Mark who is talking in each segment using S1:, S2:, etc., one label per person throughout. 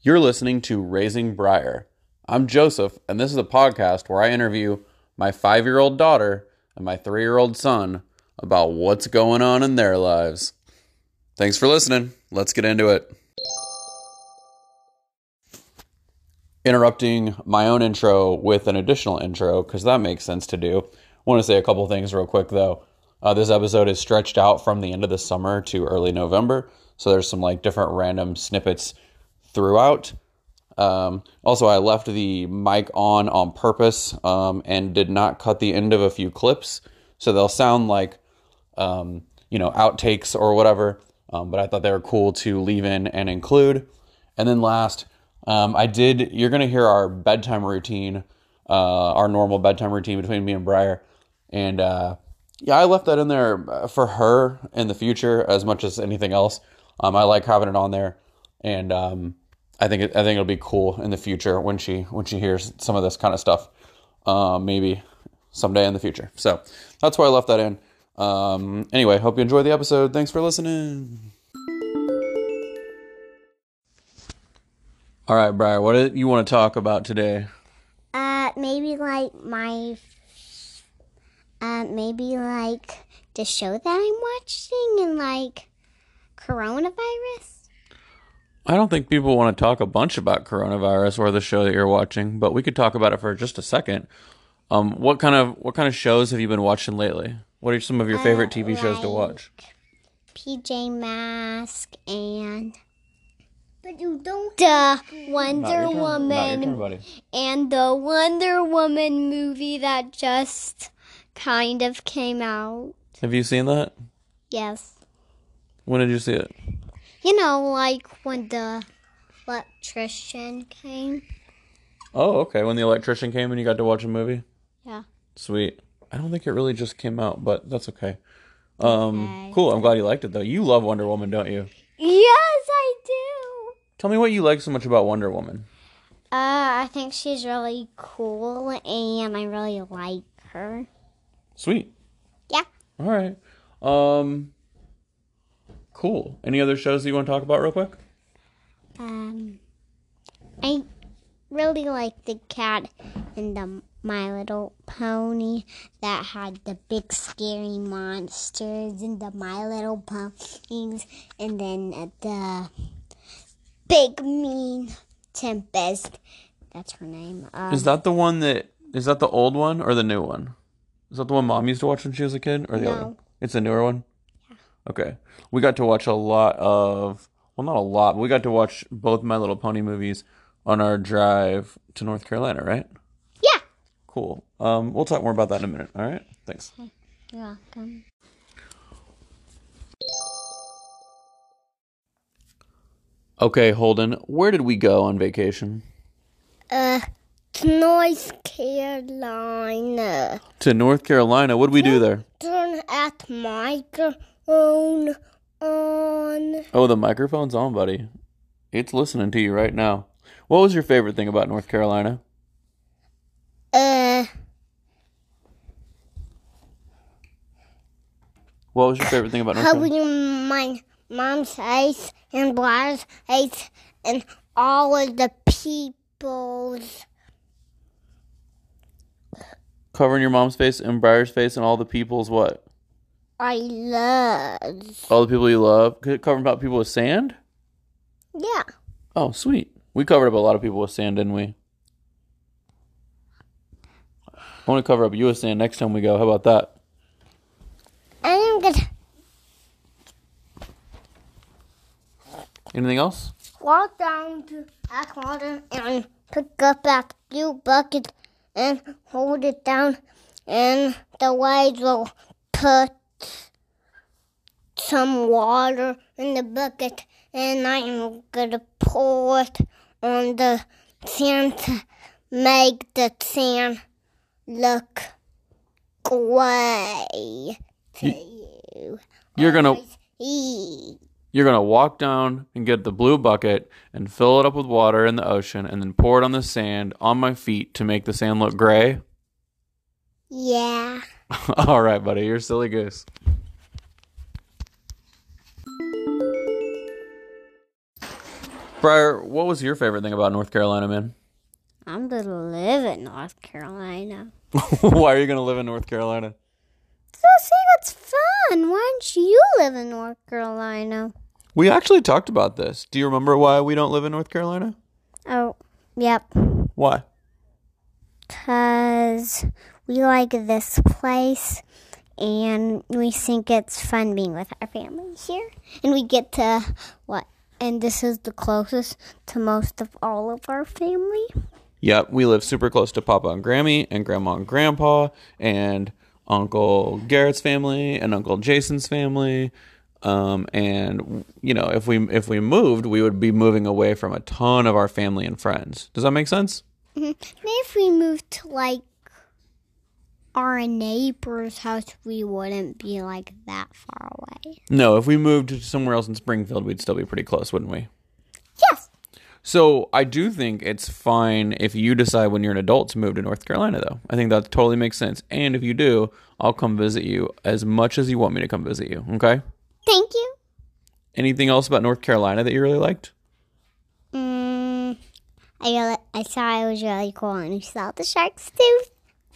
S1: You're listening to Raising Briar. I'm Joseph, and this is a podcast where I interview my five year old daughter and my three year old son about what's going on in their lives. Thanks for listening. Let's get into it. Interrupting my own intro with an additional intro because that makes sense to do. want to say a couple things real quick though. Uh, this episode is stretched out from the end of the summer to early November, so there's some like different random snippets throughout. Um, also, I left the mic on on purpose um, and did not cut the end of a few clips, so they'll sound like um, you know outtakes or whatever. Um, but I thought they were cool to leave in and include. And then last, um, I did. You're gonna hear our bedtime routine, uh, our normal bedtime routine between me and Briar, and uh, yeah, I left that in there uh, for her in the future as much as anything else. Um, I like having it on there, and um, I think it, I think it'll be cool in the future when she when she hears some of this kind of stuff, uh, maybe someday in the future. So that's why I left that in. Um, anyway, hope you enjoy the episode. Thanks for listening. All right, Briar, what do you want to talk about today?
S2: Uh, maybe like my, uh, maybe like the show that I'm watching and like coronavirus.
S1: I don't think people want to talk a bunch about coronavirus or the show that you're watching, but we could talk about it for just a second. Um, what kind of what kind of shows have you been watching lately? What are some of your favorite TV shows to watch?
S2: PJ Mask and
S3: But you don't.
S2: the Wonder Woman
S1: buddy.
S2: and the Wonder Woman movie that just kind of came out.
S1: Have you seen that?
S2: Yes.
S1: When did you see it?
S2: You know, like when the electrician came.
S1: Oh, okay. When the electrician came and you got to watch a movie.
S2: Yeah.
S1: Sweet. I don't think it really just came out, but that's okay. Um,
S2: Okay.
S1: cool. I'm glad you liked it though. You love Wonder Woman, don't you?
S2: Yes, I do.
S1: Tell me what you like so much about Wonder Woman.
S2: Uh, I think she's really cool and I really like her.
S1: Sweet.
S2: Yeah.
S1: All right. Um, cool. Any other shows that you want to talk about real quick?
S2: Um, I really like the cat in the My Little Pony that had the big scary monsters and the My Little Ponies and then uh, the big mean Tempest. That's her name. Um,
S1: Is that the one that is that the old one or the new one? Is that the one mom used to watch when she was a kid or the other?
S2: No.
S1: one? It's the newer one. Okay. We got to watch a lot of well, not a lot. But we got to watch both My Little Pony movies on our drive to North Carolina, right?
S2: yeah.
S1: Cool. Um, we'll talk more about that in a minute. All right. Thanks.
S2: You're welcome.
S1: Okay, Holden. Where did we go on vacation?
S2: Uh, North Carolina.
S1: To North Carolina. What did we do there?
S2: turn at microphone on.
S1: Oh, the microphone's on, buddy. It's listening to you right now. What was your favorite thing about North Carolina?
S2: Uh,
S1: What was your favorite thing about North Carolina?
S2: hugging my mom's ice and Blair's ice and all of the people's.
S1: Covering your mom's face and Briar's face and all the people's what?
S2: I love.
S1: All the people you love. C- Covering about people with sand?
S2: Yeah.
S1: Oh, sweet. We covered up a lot of people with sand, didn't we? I want to cover up you with sand next time we go. How about that?
S2: I am gonna
S1: Anything else?
S2: walk down to Atwater and pick up a few buckets and hold it down, and the wives will put some water in the bucket, and I'm gonna pour it on the sand to make the sand look gray to you.
S1: You're gonna
S2: Eee.
S1: you're gonna walk down and get the blue bucket and fill it up with water in the ocean and then pour it on the sand on my feet to make the sand look gray.
S2: Yeah.
S1: All right, buddy, you're a silly goose. Briar, what was your favorite thing about North Carolina, man?
S2: I'm going to live in North Carolina.
S1: Why are you going to live in North Carolina?
S2: So see, that's fun. Why don't you live in North Carolina?
S1: We actually talked about this. Do you remember why we don't live in North Carolina?
S2: Oh, yep.
S1: Why?
S2: Because we like this place and we think it's fun being with our family here. And we get to, what? And this is the closest to most of all of our family.
S1: Yep, we live super close to Papa and Grammy and Grandma and Grandpa and Uncle Garrett's family and Uncle Jason's family. Um, and you know, if we if we moved, we would be moving away from a ton of our family and friends. Does that make sense?
S2: Maybe if we moved to like our neighbor's house, we wouldn't be like that far away.
S1: No, if we moved to somewhere else in Springfield, we'd still be pretty close, wouldn't we?
S2: Yes.
S1: So I do think it's fine if you decide when you're an adult to move to North Carolina, though. I think that totally makes sense. And if you do, I'll come visit you as much as you want me to come visit you. Okay.
S2: Thank you.
S1: Anything else about North Carolina that you really liked?
S2: Mm, I really, I saw it was really cool, and we saw the shark's tooth.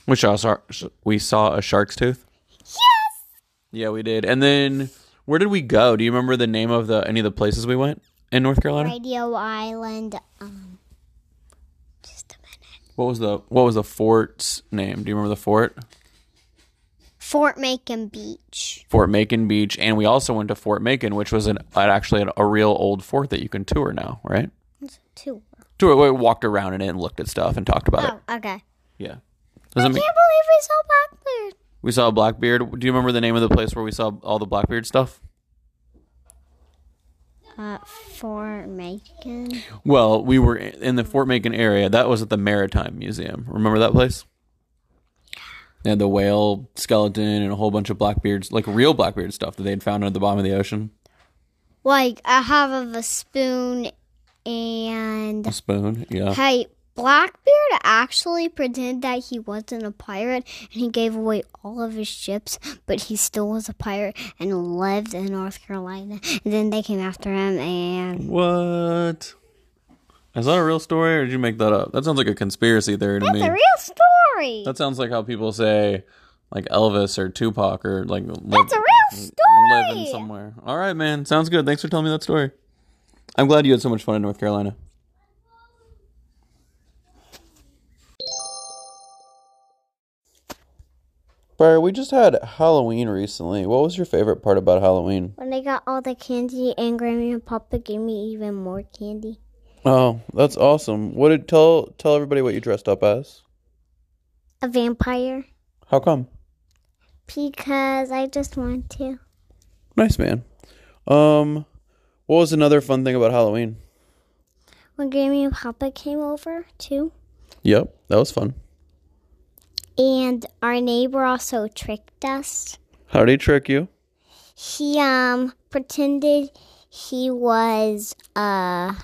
S1: We saw a sar- we saw a shark's tooth.
S2: Yes.
S1: Yeah, we did. And then where did we go? Do you remember the name of the any of the places we went in North Carolina?
S2: Radio Island. Um, just a minute.
S1: What was the what was the fort's name? Do you remember the fort?
S2: Fort Macon Beach.
S1: Fort Macon Beach, and we also went to Fort Macon, which was an uh, actually an, a real old fort that you can tour now, right?
S2: It's two.
S1: Tour. We walked around in it and looked at stuff and talked about it.
S2: Oh, okay.
S1: Yeah. Does it
S2: Can't
S1: make,
S2: believe we saw Blackbeard.
S1: we saw Blackbeard. Do you remember the name of the place where we saw all the Blackbeard stuff?
S2: Uh, Fort Macon.
S1: Well, we were in the Fort Macon area. That was at the Maritime Museum. Remember that place? They had the whale skeleton and a whole bunch of blackbeards, like real blackbeard stuff that they had found at the bottom of the ocean.
S2: Like I have of a spoon and
S1: A spoon, yeah.
S2: Hey, Blackbeard actually pretended that he wasn't a pirate and he gave away all of his ships, but he still was a pirate and lived in North Carolina. And then they came after him and
S1: What? Is that a real story, or did you make that up? That sounds like a conspiracy theory to me.
S2: the real story.
S1: that sounds like how people say, like Elvis or Tupac or like
S2: That's a real story.
S1: living somewhere. All right, man. Sounds good. Thanks for telling me that story. I'm glad you had so much fun in North Carolina. Briar, we just had Halloween recently. What was your favorite part about Halloween?
S2: When I got all the candy and Grammy and Papa gave me even more candy.
S1: Oh, that's awesome. What did tell tell everybody what you dressed up as?
S2: A vampire.
S1: How come?
S2: Because I just want to.
S1: Nice man. Um what was another fun thing about Halloween?
S2: When Grammy and Papa came over too.
S1: Yep, that was fun.
S2: And our neighbor also tricked us.
S1: How did he trick you?
S2: he um pretended he was a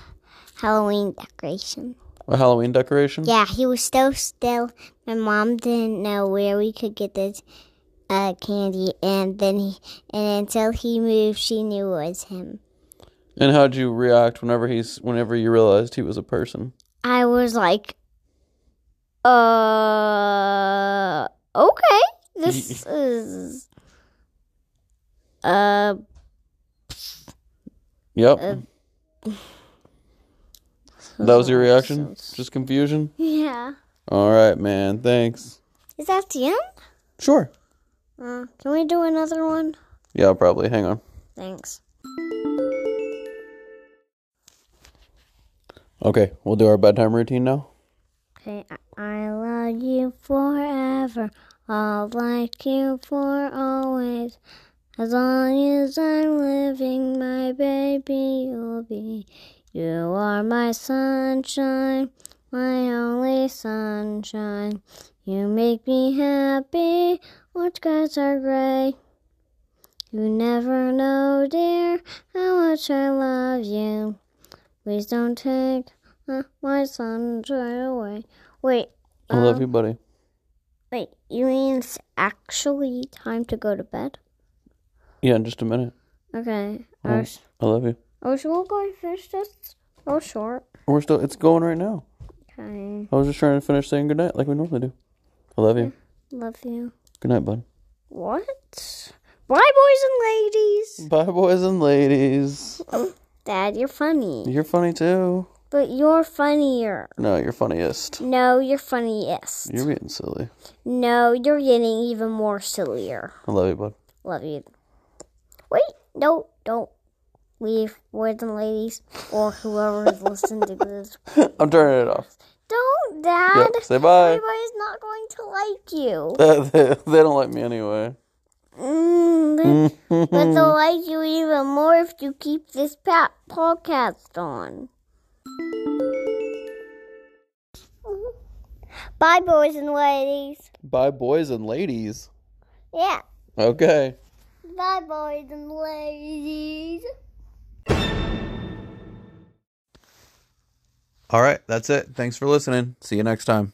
S2: Halloween decoration.
S1: A Halloween decoration?
S2: Yeah, he was so still. My mom didn't know where we could get this uh, candy, and then he, and until he moved, she knew it was him.
S1: And how'd you react whenever he's whenever you realized he was a person?
S2: I was like, uh, okay, this is uh
S1: Yep. that was your reaction? Just confusion?
S2: yeah.
S1: All right, man. Thanks.
S2: Is that the end?
S1: Sure.
S2: Uh, can we do another one?
S1: Yeah, probably. Hang on.
S2: Thanks.
S1: Okay, we'll do our bedtime routine now.
S2: Okay, I, I love you forever. I'll like you for always. As long as I'm living, my baby you'll be. You are my sunshine, my only sunshine. You make me happy when skies are gray. You never know, dear, how much I love you. Please don't take uh, my sunshine away. Wait,
S1: I love you, buddy.
S2: wait, you mean it's actually time to go to bed?
S1: Yeah, in just a minute. Um,
S2: Okay.
S1: I love you.
S2: Are we still going to finish this? Oh, short.
S1: We're still. It's going right now.
S2: Okay.
S1: I was just trying to finish saying goodnight like we normally do. I love you.
S2: Love you.
S1: Good night, bud.
S2: What? Bye, boys and ladies.
S1: Bye, boys and ladies.
S2: Dad, you're funny.
S1: You're funny too.
S2: But you're funnier.
S1: No, you're funniest.
S2: No, you're funniest.
S1: You're being silly.
S2: No, you're getting even more sillier.
S1: I love you, bud.
S2: Love you. Wait, no, don't leave, boys and ladies, or whoever is listening to this.
S1: I'm turning it off.
S2: Don't, Dad.
S1: Yep. Say bye.
S2: Everybody's not going to like you.
S1: they, they don't like me anyway.
S2: Mm, they- but they'll like you even more if you keep this pa- podcast on. Bye, boys and ladies.
S1: Bye, boys and ladies.
S2: Yeah.
S1: Okay.
S2: Bye, boys and ladies.
S1: All right. That's it. Thanks for listening. See you next time.